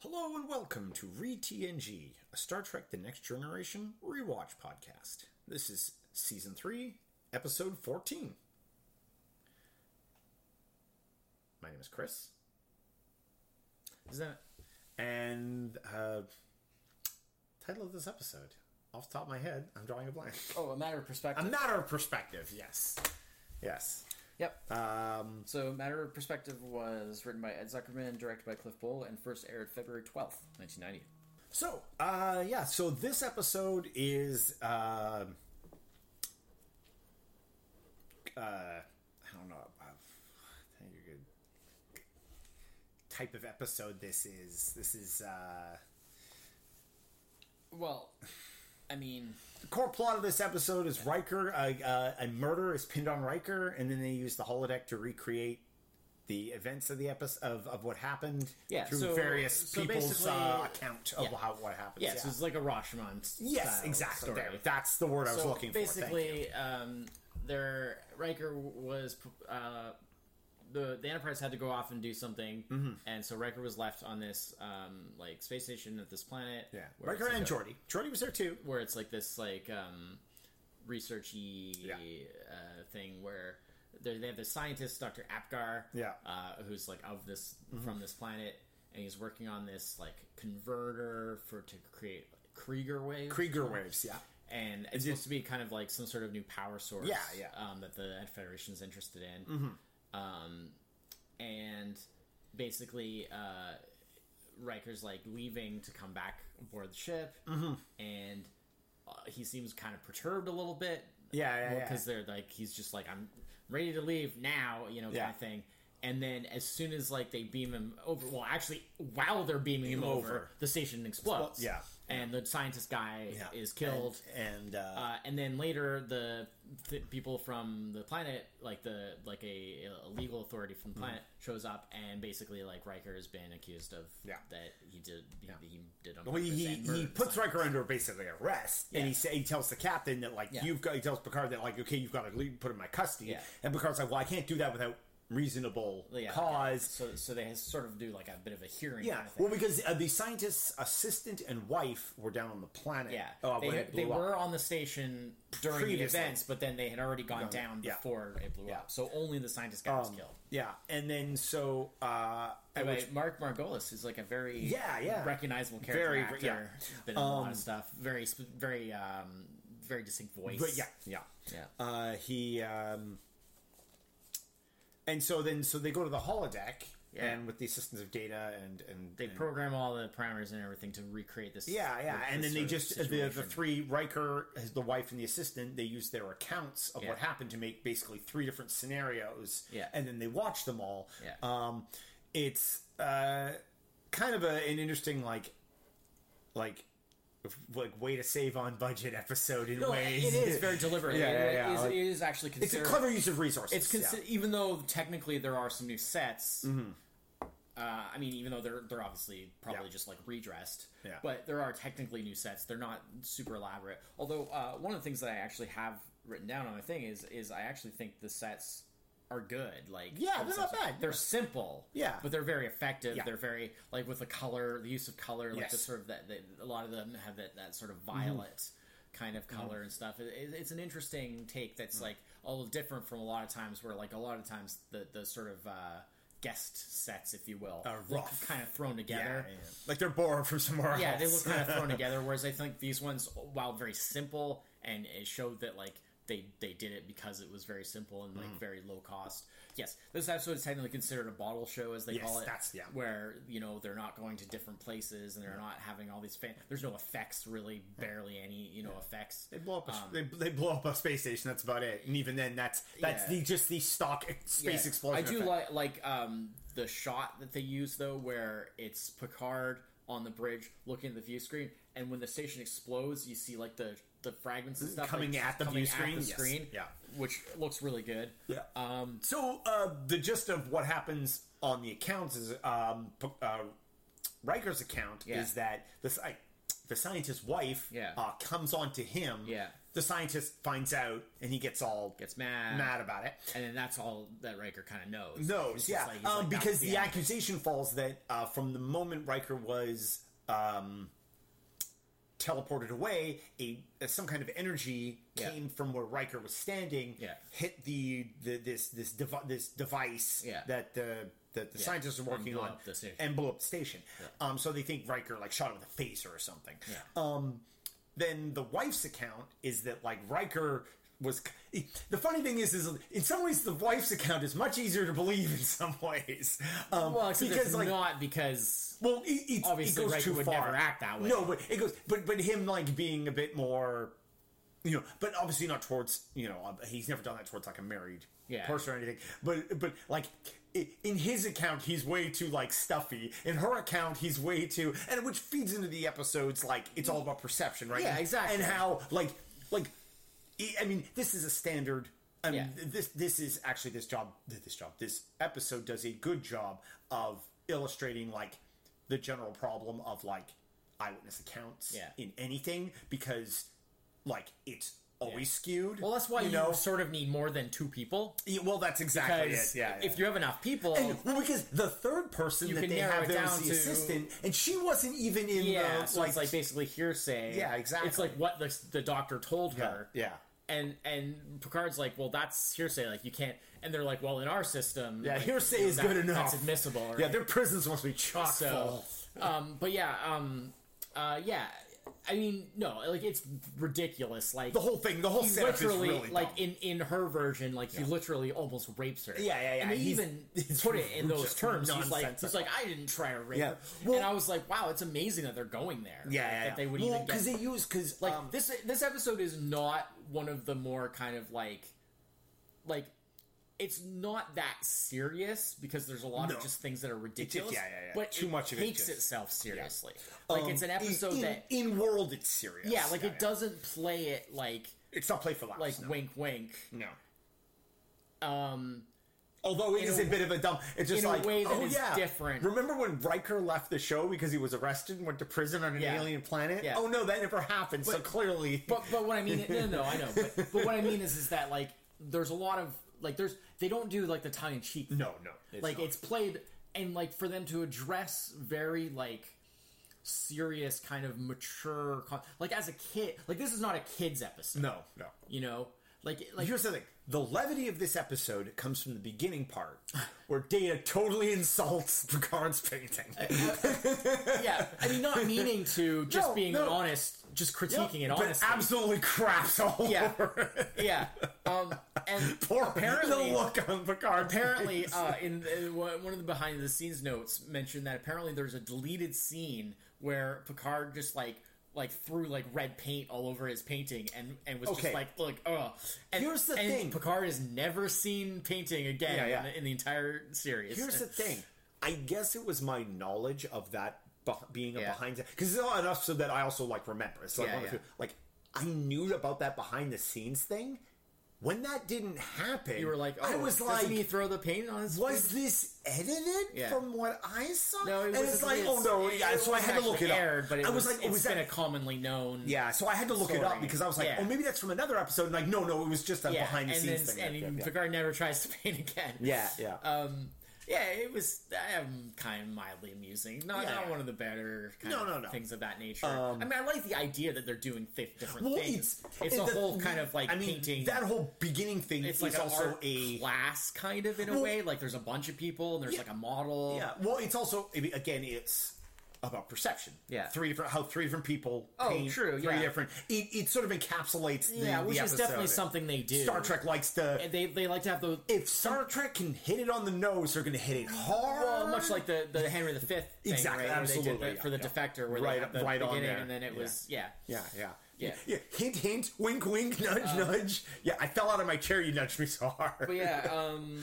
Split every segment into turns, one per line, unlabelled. Hello and welcome to ReTNG, a Star Trek The Next Generation rewatch podcast. This is Season 3, Episode 14. My name is Chris. Is that And uh, title of this episode, off the top of my head, I'm drawing a blank.
Oh, a matter of
A
perspective.
matter of perspective, yes. Yes.
yep.
Um,
so, Matter of Perspective was written by Ed Zuckerman, directed by Cliff Bull, and first aired February 12th, 1990.
So, uh, yeah, so this episode is, uh, uh, I don't know, uh, I think you're good. Type of episode this is. This is, uh,
Well, I mean,
the core plot of this episode is Riker, uh, uh, a murder is pinned on Riker, and then they use the holodeck to recreate the events of the episode of, of what happened
Yeah,
through
so-
various
so
people's
basically-
uh, account of
yeah.
how what happened.
yeah, so it's like a Rashomon. s-
yes,
style
exactly.
story.
There, that's the word I was
So
looking for. thank you.
basically, um, their Riker was uh, the the Enterprise had to go off and do something,
Mm-hmm.
and so Riker was left on this um, like space station at this planet.
Yeah,
where
Riker
it's
and
like a-
Jordy. Jordy was there too.
where it's like this like um, researchy uh, thing where they they have this scientist, Dr. Apgar,
Yeah.
uh, who's like of this from this planet, and he's working on this like converter for to create Krieger wave,
Krieger waves. Yeah,
and it's supposed to be kind of like some sort of new power source,
Yeah, yeah. Mm-hmm.
um, that the Federation's interested in, um, and basically. Uh, Riker's like leaving to come back aboard the ship,
Mm-hmm.
and uh, he seems kind of perturbed a little bit.
Yeah, yeah, yeah.
Because they're like, he's just like, I'm ready to leave now, you know, kind
Yeah.
of thing. And then as soon as like they beam him over, well, actually, while they're beaming him over,
Over.
the station explodes.
Explo- yeah.
and the scientist guy
yeah.
is killed.
and, and, uh,
Uh, and then later, the th- people from the planet, like the like a, a legal authority from
Mm-hmm.
the planet, shows up and basically like Riker has been accused of
Yeah.
that he did he, he did on
well, he
purpose
he,
and murdered
he
the
puts
scientist.
Riker under basically arrest, and he
Yeah.
sa- he tells the captain that like
Yeah.
you've got. He tells Picard that like okay, you've got to leave, put him in my custody,
Yeah.
and Picard's like, well, I can't do that without reasonable
Yeah.
cause.
So so they sort of do like a bit of a hearing.
Yeah,
kind of thing.
well, because uh, the scientist's assistant and wife were down on the planet.
yeah.
uh, when
they
it
they
blew up.
were on the station during the
Previously.
events, but then they had already gone down
yeah.
before it blew
Yeah. Um,
up. So only the scientist guy was killed.
Yeah, and then so uh, at
By
which
Mark Margolis is like a very
Yeah, yeah.
recognizable character
Very,
actor.
yeah. Um,
He's been in a lot of stuff. Very sp- very um very distinct voice.
But yeah, yeah,
Yeah.
Uh, he um, and so then so they go to the holodeck
Yeah.
and with the assistance of data and and
they program all the parameters and everything to recreate this.
yeah yeah
this
and then they
sort of
just uh, the, the
situation.
three Riker his- the wife and the assistant they use their accounts of
Yeah.
what happened to make basically three different scenarios
Yeah.
and then they watch them all
Yeah.
um, it's uh, kind of a, an interesting like like like way to save on budget episode in
No,
ways
it is very deliberate.
Yeah, yeah,
It-
yeah,
It, is,
like-
it is actually
it's a
considered.
clever use of resources
It's
yeah. Mm-hmm.
consider- even though technically there are some new sets. Uh, I mean, even though they're they're obviously probably
Yeah.
just like redressed,
Yeah.
but there are technically new sets. They're not super elaborate. Although uh, one of the things that I actually have written down on my thing is is I actually think the sets are good. Like
Yeah, they're not
sets-
bad.
They're simple.
Yeah.
but they're very effective.
Yeah.
They're very like with the color, the use of color, like
Yes.
the sort of that. They, a lot of them have that that sort of violet
Mm-hmm.
kind of color and stuff. It, it- it's an interesting take that's
Mm.
like a little different from a lot of times where like a lot of times the the sort of uh, guest sets, if you will,
Are
look
rough.
kind of thrown
Yeah,
together.
yeah. Like they're borrowed from somewhere else.
Yeah, they look kind of thrown together. Whereas I think these ones, while very simple, and it showed that like they they did it because it was very simple and like
Mm.
very low cost. Yes, this episode is technically considered a bottle show, as they
Yes,
call it.
that's- yeah.
Where you know they're not going to different places and they're not having all these. Fan- There's no effects really, barely any you know effects.
They blow up a
Um,
they, they blow up a space station. That's about it. And even then, that's that's
Yeah.
the just the stock ex- space
Yeah.
explosion.
I do
effect.
like like um, the shot that they use though, where it's Picard on the bridge looking at the view screen, and when the station explodes, you see like the the fragments and stuff
Mm, Coming
like,
at the
coming
view screen?
the
Yes.
screen,
Yeah.
which looks really good.
Yeah. Um, so uh, the gist of what happens on the accounts is um, P- uh, Riker's account
Yeah.
is that the sci- the scientist's wife
Yeah.
uh, comes on to him.
Yeah.
The scientist finds out and he gets all
Gets mad.
mad about it.
And then that's all that Riker kind of knows. He's
Knows,
just
yeah.
like- he's
um,
like, that
because
was
the
end.
accusation falls that uh, from the moment Riker was um, teleported away, a, some kind of energy
Yeah.
came from where Riker was standing,
Yeah.
hit the, the this this devi- this device
Yeah.
that the that the scientists are
And
working
blew
on
up the station.
and blew up the station. Um, so they think Riker like shot him in the face or something.
Yeah.
Um, then the wife's account is that like Riker was. e, The funny thing is, is in some ways the wife's account is much easier to believe in some ways. Um,
Well, except
because
it's
like.
not because
well, it, it,
Obviously,
it goes
Riker
too
would
far.
never act that way.
No, but it goes, but but him like being a bit more, you know, but obviously not towards you know uh, he's never done that towards like a married
Yeah.
person or anything. But but like i- in his account he's way too like stuffy. In her account he's way too, and which feeds into the episodes like it's all about perception, right?
Mm. Yeah,
And-
exactly.
And how like like E, I- I mean this is a standard. I mean,
Yeah.
th- this this is actually this job this job this episode does a good job of illustrating like the general problem of like eyewitness accounts
Yeah.
in anything because like it's always skewed.
well, that's why you,
know.
sort of need more than two people.
Yeah, well, that's exactly it.
Because
Yeah. yeah.
if you have enough people,
And- well, because the third person that
can
they
narrow
have
it
there is
down
the
to-
assistant, and she wasn't even in
yeah,
the
so
like,
it's like basically hearsay.
Yeah, exactly.
It's like what the, the doctor told her.
yeah,
and and Picard's like, well, that's hearsay. Like you can't. And they're like, well, in our system,
yeah.
like,
hearsay
you know,
is
that-
good enough.
That's admissible. Right?
Yeah, their prisons must be chock
so.
full.
um, but yeah, um, uh, yeah. I mean, no, like it's ridiculous. Like
The whole thing, the whole
he
setup is
literally,
really
like
dumb.
in in her version, like he literally almost rapes her.
Yeah, yeah, yeah.
And they
He's-
even
it's
put it in those
just
terms. He's like, he's
nonsensical.
like, I didn't try to rape
Yeah.
her.
Well-
and I was like, wow, it's amazing that they're going there.
yeah,
like,
yeah,
that they would even get
because they use um, because
like this this episode is not one of the more kind of like like it's not that serious because there's a lot
No.
of just things that are ridiculous.
yeah, yeah, yeah.
But
Too
it
much of it
takes
just- Um,
itself seriously. Like it's an episode
in,
that
in world it's serious.
yeah, like it doesn't play it like
It's not play for laughs.
like
no.
wink wink.
no.
Um,
Although it is a,
a-
bit of a dumb, it's just
in a
like
way that
oh,
is
yeah.
different.
Remember when Riker left the show because he was arrested and went to prison on an
Yeah.
alien planet?
Yeah.
Oh no, that never happened. so clearly,
but but what I mean no no, no I know but, but what I mean is is that like there's a lot of like there's they don't do like the tongue in cheek
no, no,
like
not.
it's played and like for them to address very like serious kind of mature con- like as a kid like this is not a kids episode
no, no.
you know like like
Here's the thing: the levity of this episode comes from the beginning part, where Data totally insults Picard's painting.
Uh, yeah i mean not meaning to just
No,
being
no.
honest just critiquing it
but
honestly
absolutely craps all
Yeah.
over. it.
yeah um and
Poor
Apparently-
the look on Picard.
apparently uh, in uh, one of the behind the scenes notes mentioned that apparently there's a deleted scene where Picard just like like threw like red paint all over his painting and and was
Okay.
just like like oh and,
Here's the
and
thing.
Picard has never seen painting again
Yeah, yeah.
In, the, in the entire series
Here's the thing. I guess it was my knowledge of that beh- being a
Yeah.
behind the because it's not enough so that I also like remember. It's like
Yeah,
one of
yeah.
the like I knew about that behind the scenes thing. When that didn't happen,
you were like oh
I was
doesn't
like,
he throw the paint on his
was this edited
Yeah.
from what I saw?
No, it
and
was
it's like, oh no, yeah. so I had to look it up.
aired, but it
I
was,
was, like,
it's
oh, was
been a
that?
commonly known
Yeah, so I had to look it up
story.
because I was like,
Yeah.
oh, maybe that's from another episode. And like, no, no, it was just a
yeah,
behind the
and
scenes
then,
thing.
And
Yeah, yeah.
Picard never tries to paint again.
Yeah, yeah.
Um, yeah, it was um, kind of mildly amusing. Not,
Yeah,
not
yeah.
one of the better kind
No,
of
no, no.
things of that nature. I mean, I like the idea that they're doing fif- different
Well,
things. It's, a
the-
whole kind of like
I mean,
painting.
That whole beginning thing
it's like
is
an
also
art
a
class kind of in a
Well-
way. Like there's a bunch of people and there's
Yeah.
like a model.
Yeah. Well, it's also I mean, again, it's about perception.
Yeah.
Three different how three different people.
Oh,
paint
true,
Three
yeah.
different. It, it sort of encapsulates. The,
Yeah,
the
which is
episode.
definitely something they do.
Star Trek likes to.
They they like to have the
if Star Trek can hit it on the nose, they're going to hit it hard.
Well, much like the, the Henry V thing,
Exactly,
right? Where they did
absolutely,
that for
yeah,
the
yeah.
defector, where
Right-
they had the
right on
beginning,
there.
and then it was yeah,
Yeah, yeah.
Yeah. Uh,
yeah. Hint, hint. Wink, wink. Nudge, nudge. Yeah, I fell out of my chair. You nudged me so hard.
But yeah, um,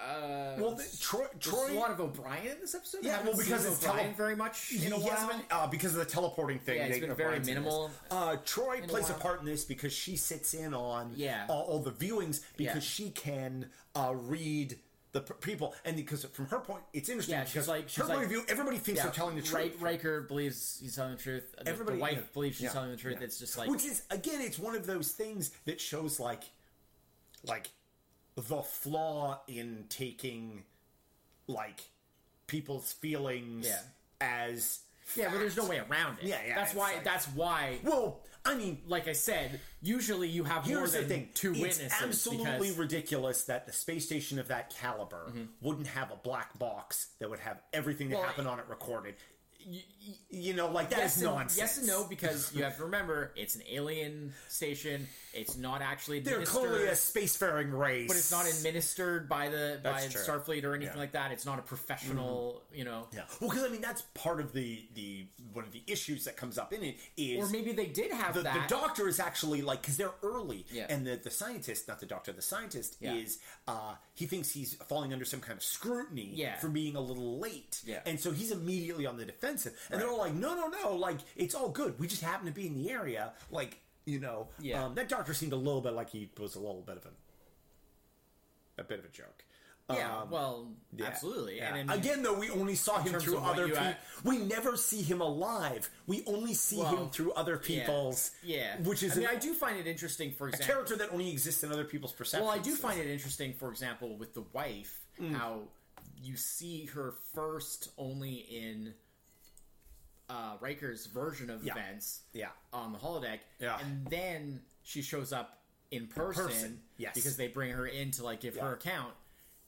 uh,
Well, the, Troy.
there's
Troy
a lot of O'Brien in this episode. I
Yeah,
haven't
well, because
seen
it's
O'Brien
tele-
very much in a
He
while.
hasn't, uh, because of the teleporting thing.
Yeah, it's
they
been
can
very
apply to
minimal.
this. Uh, Troy plays a
while.
part in this because she sits in on uh,
Yeah.
all, all the viewings because
Yeah.
she can uh, read the p- people, and because from her point, it's interesting.
Yeah, she's
because
like- she's
her point
like-
of view, everybody thinks
Yeah,
they're telling the truth.
Ri- Riker believes he's telling the truth. The,
Everybody-
the wife
yeah.
believes she's
Yeah.
telling the truth.
Yeah.
It's just like
which is again it's one of those things that shows like like the flaw in taking like people's feelings
Yeah.
as
yeah, but there's no
fact.
way around it.
Yeah, yeah,
That's
it's
why.
like-
that's why.
well i mean
Like I said, usually you have more
here's
than
the thing
two witnesses.
it's absolutely
because,
ridiculous that the space station of that caliber wouldn't have a black box that would have everything that
Mm-hmm. Well,
happened
I-
on it recorded you know like that's
yes, and,
nonsense
yes and no because you have to remember it's an alien station. It's not actually
they're
administered.
clearly a spacefaring race
but it's not administered by the by
That's true.
Starfleet or anything
Yeah. Mm-hmm.
like that. It's not a professional, you know.
Yeah. Well, because I mean that's part of the the one of the issues that comes up in it
Or
is
maybe they did have
the, the
that.
doctor is actually like because they're early
Yeah.
and the the scientist not the doctor the scientist
Yeah.
is uh he thinks he's falling under some kind of scrutiny
Yeah.
for being a little late
Yeah.
and so he's immediately on the defensive and they're all like no no no like it's all good we just happen to be in the area like you know
Yeah.
um, that doctor seemed a little bit like he was a little bit of a a bit of a joke
yeah,
Um,
well,
yeah.
absolutely.
Yeah.
And I mean,
Again, though, we only saw him
terms
through
of what
other
you
people.
act-
We never see him alive. We only see him
Well,
through other people's.
yeah,
Which is
I mean,
a
I do find it interesting. For example,
character that only exists in other people's perceptions.
well, I do find it interesting. For example, with the wife,
Mm.
how you see her first only in uh, Riker's version of
Yeah.
events.
Yeah.
on the holodeck.
Yeah.
And then she shows up in person,
person, yes.
because they bring her in to like give her account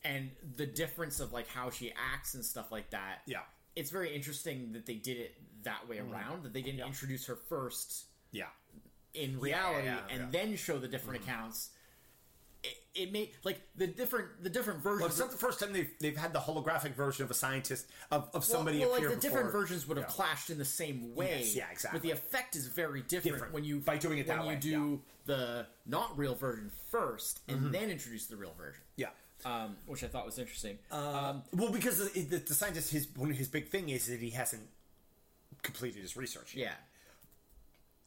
and the difference of like how she acts and stuff like that.
Yeah. Mm-hmm.
It's very interesting that they did it that way around that they didn't introduce her first
Yeah.
in reality
yeah,
and
yeah. Mm-hmm.
then show the different accounts. It, it made like the different the different versions
But it's not the first time they've, they've had the holographic version of a scientist, of, of somebody
well,
appear
like the different
before.
versions would have clashed in the same way.
Yes, yeah, exactly.
But the effect is very different,
Different,
when you
by doing it
when
that
you
way,
do the not real version first and
Mm-hmm.
then introduce the real version.
Yeah. Um,
Um, which I thought was interesting.
Uh, Well, because the, the, the scientist, his one of his big thing is that he hasn't completed his research. yet.
yeah.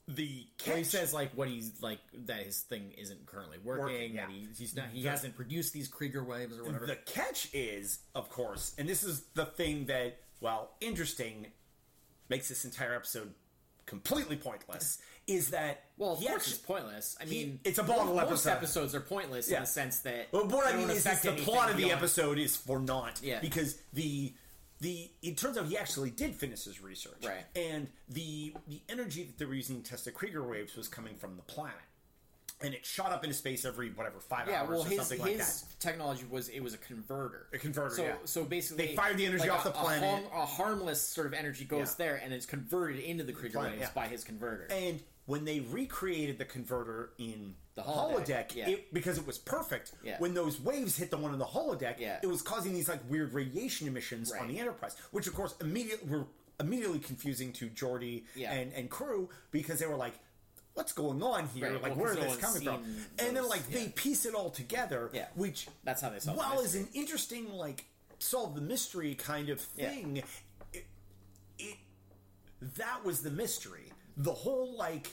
The
Well, he
catch-
says like what he's like that his thing isn't currently working,
Working,
that
yeah.
he, he's not he hasn't produced these Krieger waves or whatever.
The catch is, of course, and this is the thing that, while interesting, makes this entire episode completely pointless, is that
well, of
he
course
actu-
it's pointless. I mean,
it's a bottle
most
episode.
episodes are pointless in
Yeah.
the sense that
But what
they
I mean
don't
is, is
affect
the
anything
plot of the
beyond-
episode is for naught.
Yeah.
Because the the it turns out he actually did finish his research.
Right.
And the the energy that they were using to test the Krieger waves was coming from the planet. And it shot up into space every whatever five
Yeah,
hours
well,
or
his,
something like
his
that.
technology was it was a converter. A
converter,
So
yeah.
so basically,
They fired the energy off
a,
the planet.
A, harm- a harmless sort of energy goes
Yeah.
there, and it's converted into the Krieger
planet,
waves
yeah.
by his converter.
And when they recreated the converter in the holodeck,
holodeck, yeah.
it, because it was perfect,
Yeah.
when those waves hit the one in the holodeck,
Yeah.
it was causing these like weird radiation emissions on
Right.
the Enterprise, which of course immediately were immediately confusing to Geordi
Yeah.
and and crew because they were like. What's going on here?
Right,
Like,
well,
where
'cause
is
no
this
one's
coming from?
seen
And then,
those,
like, they piece it all together,
Yeah.
which
That's how they solve the
While is
mystery.
an interesting, like, solve the mystery kind of
Yeah.
thing, it that was the mystery. The whole like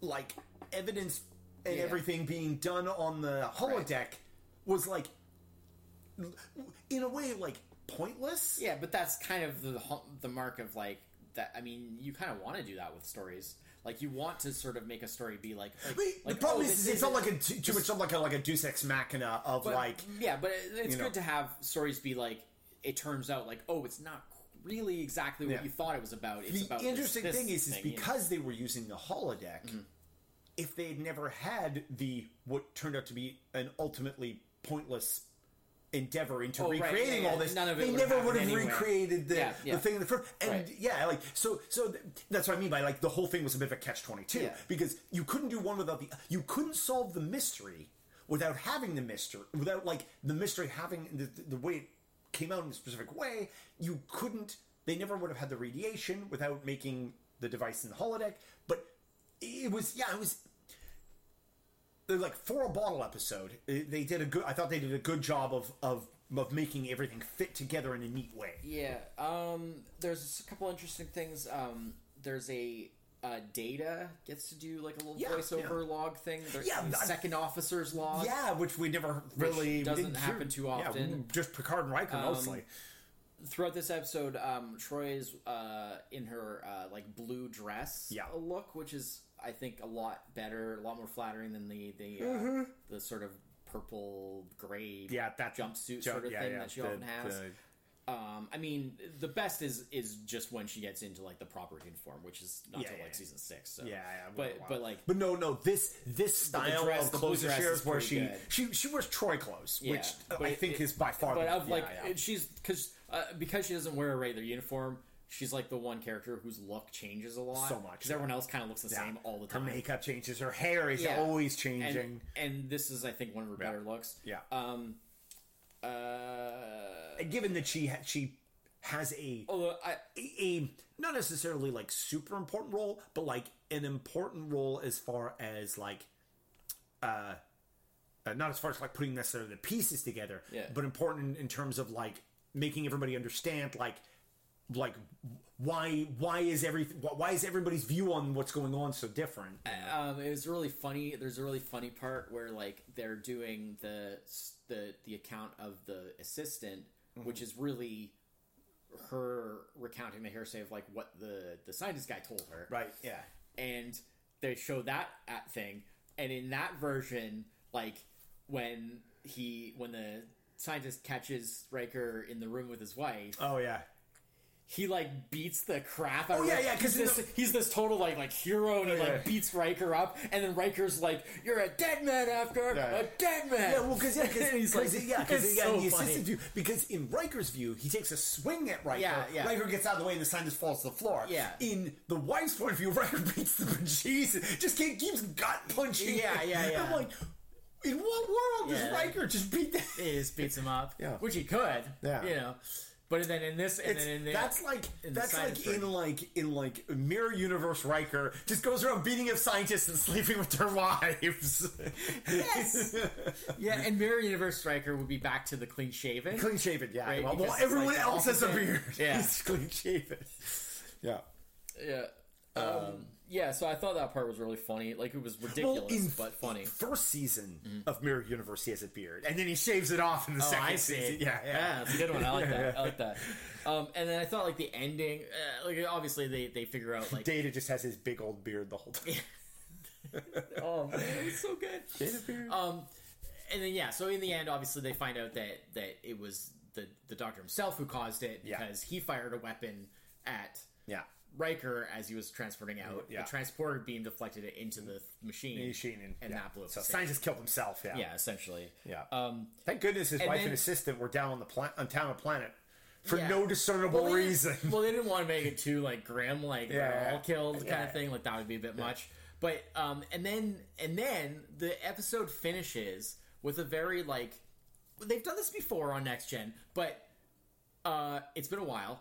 like evidence and
Yeah.
everything being done on the holodeck was like l- in a way like pointless.
yeah, but that's kind of the hu- the mark of like that. I mean, you kind of want to do that with stories. Like you want to sort of make a story be like. like,
I mean,
like,
the problem
oh,
is,
this
is it's
isn't-
not like a too, too much of like a like a Deus Ex Machina of
But-
like
yeah but it, it's
you know.
good to have stories be like it turns out like oh it's not really exactly what
Yeah.
you thought it was about it's
the
about Mm-hmm. this-
interesting
this
thing is, is
you know.
because they were using the holodeck if they had never had the what turned out to be an ultimately pointless endeavor into
Oh, right, yeah,
recreating
yeah,
all this
none of it
they
would've
never would have
happened anyway.
recreated the,
Yeah, yeah.
the thing in the first and
Right.
yeah like so so th- that's what i mean by like the whole thing was a bit of a catch 22
Yeah.
because you couldn't do one without the you couldn't solve the mystery without having the mystery without like the mystery having the, the way it came out in a specific way you couldn't they never would have had the radiation without making the device in the holodeck but it was yeah it was they're like for a bottle episode eh, they did a good i thought they did a good job of of of making everything fit together in a neat way
yeah um there's a couple interesting things um there's a uh uh, Data gets to do like a little
Yeah,
voiceover log thing. Their,
Yeah,
the
I-
second officer's log.
Yeah, which we never really we
doesn't
didn't
happen too
Yeah,
often. Um,
just Picard and Riker mostly.
Throughout this episode, um, Troy is uh, in her uh, like blue dress
Yeah.
uh, look, which is I think a lot better, a lot more flattering than the the uh, the sort of purple gray
Mm-hmm. Yeah, that
jumpsuit
ju-
sort of
yeah,
thing
yeah,
that she
the-
often has.
the-
Um, I mean, the best is is just when she gets into like the proper uniform, which is not
Yeah,
till
yeah,
like
yeah.
season six. So.
yeah, yeah,
but
wow.
but like
But no, no. This this style
dress-
of
the blue
clothes that she
dress
wears,
is
where
pretty
she,
good.
she she wears Troy clothes,
Yeah,
which uh,
but
I
it-
think
it-
is by far.
But
the,
of
yeah,
like
yeah.
she's because uh, because she doesn't wear regular uniform, she's like the one character whose look changes a lot
So much,
because everyone else kind of looks the
Yeah.
same all the
Her
time.
makeup changes. Her hair is
Yeah.
always
and,
changing.
and this is I think one of her better looks.
Yeah.
Um. Uh.
And given that she ha- she has a,
Although I
a a not necessarily like super important role, but like an important role as far as like uh, uh not as far as like putting necessarily the pieces together,
Yeah.
but important in terms of like making everybody understand like like why why is every why is everybody's view on what's going on so different?
um, it was really funny. There's a really funny part where like they're doing the the the account of the assistant, which is really her recounting the hearsay of like what the the scientist guy told her,
right? Yeah.
and they show that at thing and in that version like when he when the scientist catches Riker in the room with his wife
Oh yeah.
he like beats the crap out
Oh,
of
yeah,
Riker.
yeah, 'cause
he's, this-
in
he's this total like like hero and he
Yeah,
like
yeah.
beats Riker up and then Riker's like you're a dead man after
Yeah.
a dead man
Yeah, well, because yeah, because
And he's like
yeah, because
it's
yeah,
so
the
funny.
assistant view. Because in Riker's view, he takes a swing at Riker.
Yeah, yeah.
Riker gets out of the way, and the sign just falls to the floor.
Yeah.
In the wife's point of view, Riker beats the bejesus. Just keep, keeps gut punching.
Yeah,
him.
yeah,
I'm
yeah.
like, in what world
Yeah.
does Riker just beat that?
he just beats him up
Yeah.
which he could
Yeah.
you know but then in this and
It's-
then in the,
that's like
in the
that's
science
like
version.
in like in like mirror universe Riker just goes around beating up scientists and sleeping with their wives.
Yes. yeah, and Mirror Universe Striker would be back to the clean shaven.
clean shaven, yeah.
Right,
well,
because
well,
it's
everyone
like the
else has a
opposite.
beard.
Yeah.
He's clean shaven. Yeah.
Yeah. Um, yeah, so I thought that part was really funny. Like it was ridiculous, but funny.
First season of Mirror Universe, he has a beard, and then he shaves it off in
Oh,
the second season. Oh, Yeah, yeah.
that's a good one. I like that. I like that. Um, and then I thought like the ending, uh, like obviously they they figure out like
Data just has his big old beard the whole time.
oh man, it was so good.
Data beard.
Um, and then yeah, so in the end, obviously they find out that that it was the the doctor himself who caused it
Yeah.
because he fired a weapon at
yeah,
Riker as he was transporting out.
Yeah.
The transporter beam deflected it into the th- machine.
machine and,
And
yeah.
that blew up
So
the
Stein just killed himself. Yeah,
Yeah, essentially.
yeah.
Um,
Thank goodness his
and
wife
then-
and assistant were down on the planet, on town of planet, for
Yeah.
no discernible
well, they didn't-
reason.
well, they didn't want to make it too like grim, like
Yeah.
they're all killed kind
Yeah.
of thing. Like that would be a bit much. But um, and then and then the episode finishes with a very like they've done this before on Next Gen, but uh, it's been a while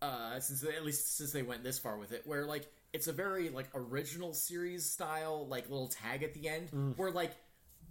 uh, since they, at least since they went this far with it, where like it's a very like original series style like little tag at the end
Mm.
where like.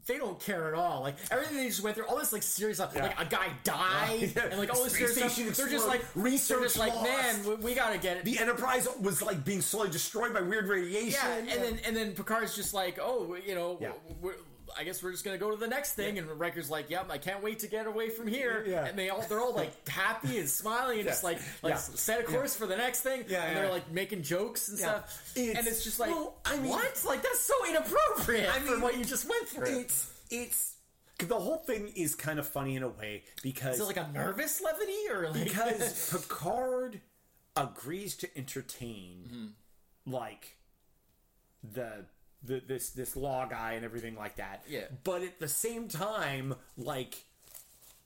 They don't care at all. Like everything they just went through, all this like serious stuff. Like a guy died,
Yeah.
and like all this
Space
serious stuff.
station
They're just like
exploded. Research
They're just like
lost.
man, we, we gotta get it.
the Enterprise was like being slowly destroyed by weird radiation.
yeah, and then and then Picard's just like, oh, you know,
Yeah.
we're, I guess we're just gonna go to the next thing. And Riker's like, yep, I can't wait to get away from here.
Yeah.
And they all they're all like happy and smiling and just like like
Yeah.
set a course for the next thing.
Yeah,
and
yeah.
they're like making jokes and
Yeah.
stuff.
It's-
and it's just like,
well, I mean-
what? Like that's so inappropriate
I
for
mean,
what you just went through.
it's it's the whole thing is kind of funny in a way because
Is it like a nervous levity or like
because Picard agrees to entertain like the, the this this law guy and everything like that.
Yeah.
But at the same time, like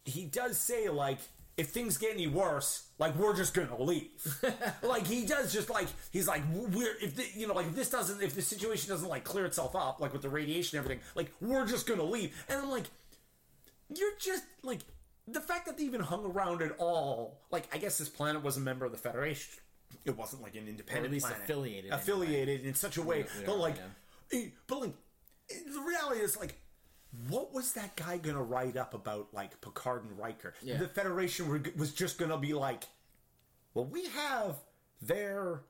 he does say like if things get any worse, like we're just gonna leave. like he does, just like he's like we're if the, you know like if this doesn't if the situation doesn't like clear itself up like with the radiation and everything, like we're just gonna leave. And I'm like, you're just like the fact that they even hung around at all. Like I guess this planet was a member of the Federation. It wasn't like an independent,
least
planet.
affiliated anyway.
affiliated in such a way.
we
But
are,
like,
yeah.
eh, but like, eh, the reality is like what was that guy gonna write up about like Picard and Riker?
Yeah.
The Federation were, was just gonna be like, well, we have their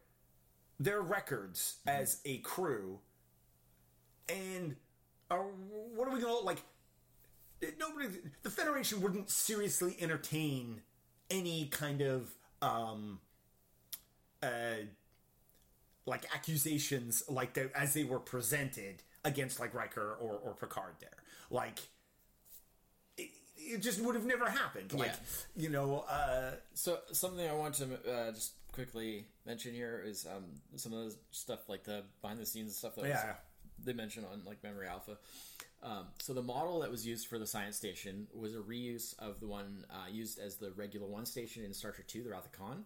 their records as a crew, and are, what are we gonna like? Nobody, the Federation wouldn't seriously entertain any kind of um, uh, like accusations like the, as they were presented against like Riker or, or Picard there. Like it, it just would have never happened. Like you know, uh,
So something I want to uh, just quickly mention here is um, some of the stuff like the behind the scenes stuff that was,
Oh, Yeah.
they mentioned on like Memory Alpha. Um, so the model that was used for the science station was a reuse of the one uh, used as the regular one station in Star Trek II, the Wrath of Khan,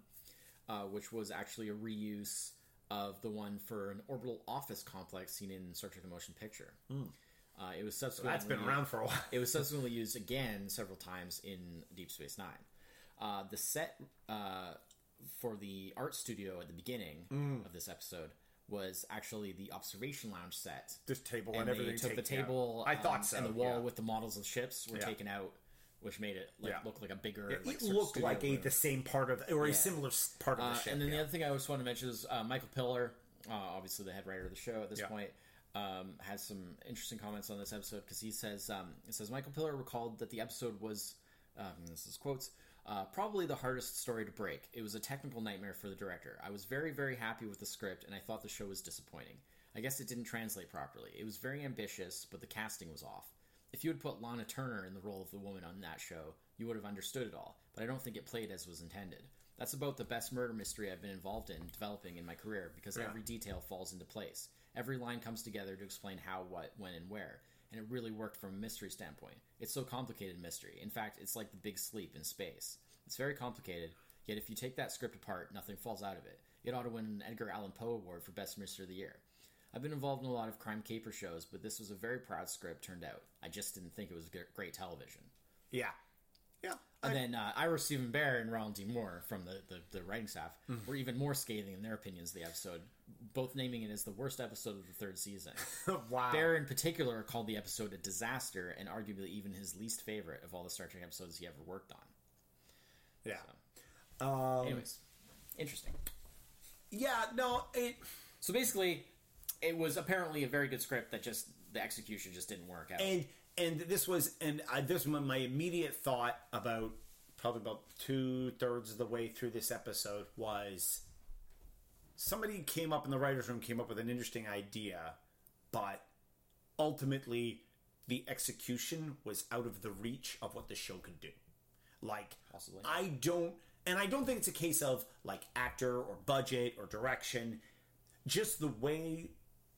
uh, which was actually a reuse of the one for an orbital office complex seen in Star Trek: The Motion Picture. Uh, it was subsequently
Hmm. that's been around for a while.
it was subsequently used again several times in Deep Space Nine. Uh, the set uh, for the art studio at the beginning
Mm.
of this episode was actually the observation lounge set.
This table
And
and,
they
everything.
took the
taken out.
table
I
um,
thought so.
and the wall
yeah.
with the models of ships were
Yeah.
taken out, which made it like,
Yeah.
look like a bigger. like,
it
sort of
looked
studio
like a
room.
the same part of or a
Yeah.
similar s- part of the
Uh,
ship.
and then
yeah.
the other thing I just want to mention is uh, Michael Pillar, uh, obviously the head writer of the show at this
Yeah.
point, um, has some interesting comments on this episode because he says um, it says Michael Pillar recalled that the episode was um, this is quotes. Uh, probably the hardest story to break. It was a technical nightmare for the director. I was very, very happy with the script, and I thought the show was disappointing. I guess it didn't translate properly. It was very ambitious, but the casting was off. If you had put Lana Turner in the role of the woman on that show, you would have understood it all, but I don't think it played as was intended. That's about the best murder mystery I've been involved in developing in my career because every detail falls into place. Every line comes together to explain how, what, when, and where, and it really worked from a mystery standpoint. It's so complicated mystery. In fact, it's like the big sleep in space. It's very complicated, yet if you take that script apart, nothing falls out of it. It ought to win an Edgar Allan Poe Award for Best Mystery of the Year. I've been involved in a lot of crime caper shows, but this was a very proud script turned out. I just didn't think it was g- great television.
yeah, yeah.
And then uh, Ira Stephen Bear and Ronald D. Moore from the, the, the writing staff were even more scathing in their opinions of the episode, both naming it as the worst episode of the third season.
wow.
Bear, in particular, called the episode a disaster and arguably even his least favorite of all the Star Trek episodes he ever worked on.
yeah. Um,
Anyways, interesting.
Yeah. No. It.
So basically, it was apparently a very good script that just the execution just didn't work out.
and and this was and I, this was my immediate thought about probably about two thirds of the way through this episode was somebody came up in the writers room came up with an interesting idea but ultimately the execution was out of the reach of what the show could do like
Possibly.
i don't and i don't think it's a case of like actor or budget or direction just the way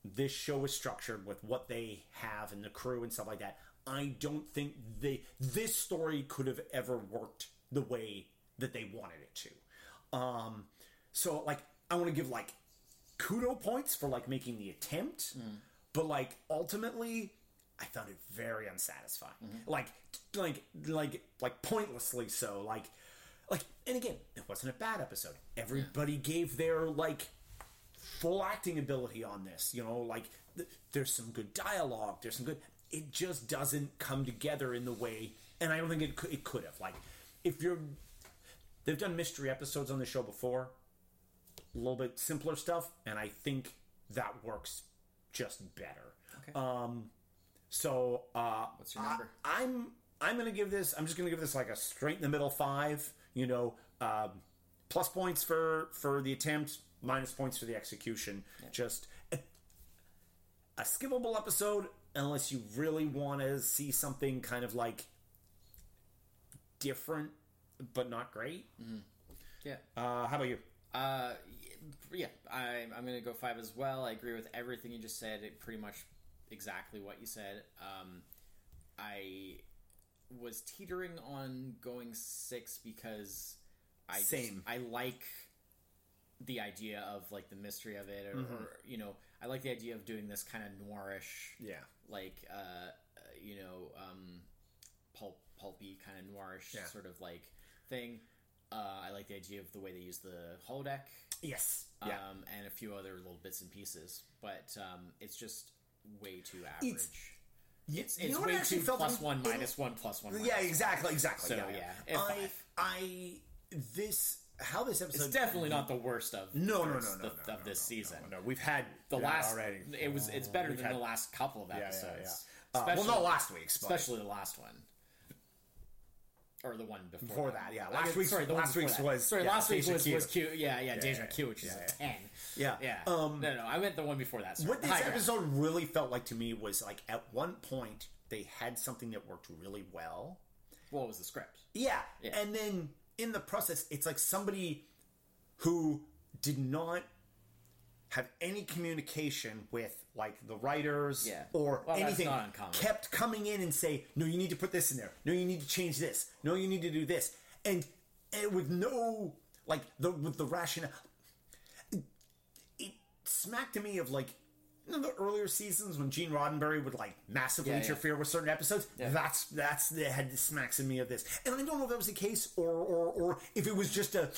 this show is structured with what they have and the crew and stuff like that i don't think they this story could have ever worked the way that they wanted it to um so like i want to give like kudo points for like making the attempt but like ultimately i found it very unsatisfying like t- like like like pointlessly so like like and again it wasn't a bad episode everybody gave their like full acting ability on this. You know, like th- there's some good dialogue. There's some good. It just doesn't come together in the way, and I don't think it could, it could have. Like if you're, they've done mystery episodes on the show before, a little bit simpler stuff, and I think that works just better.
Okay.
Um, so uh,
What's your number?
I, I'm I'm gonna give this. I'm just gonna give this like a straight in the middle five. You know, um, plus points for for the attempt, minus points for the execution. Just a, a skippable episode, unless you really want to see something kind of like different, but not great.
yeah.
Uh, how about you?
Uh, yeah, I, I'm going to go five as well. I agree with everything you just said. It pretty much exactly what you said. Um, I was teetering on going six because I just-
Same.
I like the idea of like the mystery of it, or, or you know, I like the idea of doing this kind of noirish
Yeah,
like uh, uh, you know um, pulp pulpy kind of noirish
Yeah.
sort of like thing. Uh, I like the idea of the way they use the holodeck
yes,
um,
yeah.
and a few other little bits and pieces, but um, it's just way too average. It's,
it's,
it's way too plus one, minus one, plus one.
Yeah,
minus
exactly, exactly.
So,
yeah,
yeah,
I,
F5.
I, this, how this episode
It's definitely not the worst of
No, no, no,
first-
no,
of,
no,
of
no,
this
no,
season.
No, we've had
The
that
last
already. Yeah,
it was it's better than
had-
the last couple of
yeah,
episodes.
yeah. Uh, well,
Especially-
not last week's, but
especially the last one, or the one before, Uh,
Before that, yeah. Last week's-
the one
last
before
week's
that.
was-
sorry,
yeah,
last week
Deja
was
Q.
was Q. Yeah, yeah, Deja
yeah,
Q, which is
yeah,
a
yeah.
ten.
yeah,
Yeah,
Um,
no, no, I meant the one before that. sorry.
what this
Higher.
episode really felt like to me was like at one point they had something that worked really well.
What was the script?
Yeah. And then in the process, it's like somebody who did not have any communication with like the writers
Yeah.
or
Well, that's
anything
not uncommon.
kept coming in and say, no, you need to put this in there. No, you need to change this. No, you need to do this. And, and with no, like the, with the rationale, it smacked to me of like, you know, the earlier seasons when Gene Roddenberry would like massively
Yeah, yeah.
interfere with certain episodes, that's that's the head that smacks in me of this. And I don't know if that was the case or or or if it was just a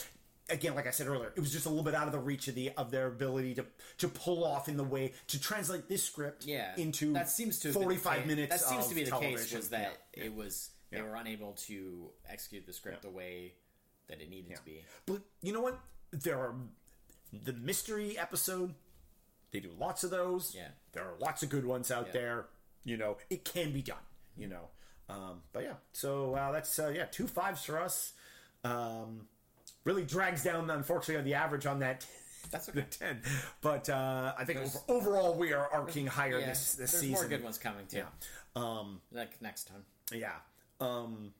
again, like I said earlier, it was just a little bit out of the reach of the of their ability to to pull off in the way to translate this script
Yeah,
into
that seems to have been the
forty five
case-
minutes.
That seems
of
to be the case
television.
was that it was they were unable to execute the script the way that it needed to be.
But you know what? There are the mystery episode. They do lots of those.
Yeah.
There are lots of good ones out there. You know, it can be done. You know, um, but yeah. So uh, that's uh, yeah, two fives for us. Um, really drags down, unfortunately, on the average on that
That's okay.
the ten. But uh, I think over, overall we are arcing higher
Yeah,
this this
there's
season.
more good ones coming too.
Um,
Like next time.
yeah. Um,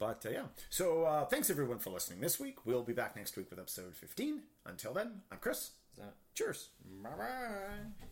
but uh, yeah. So uh, thanks everyone for listening this week. We'll be back next week with episode 15. Until then, I'm Chris.
So,
Cheers.
bye bye.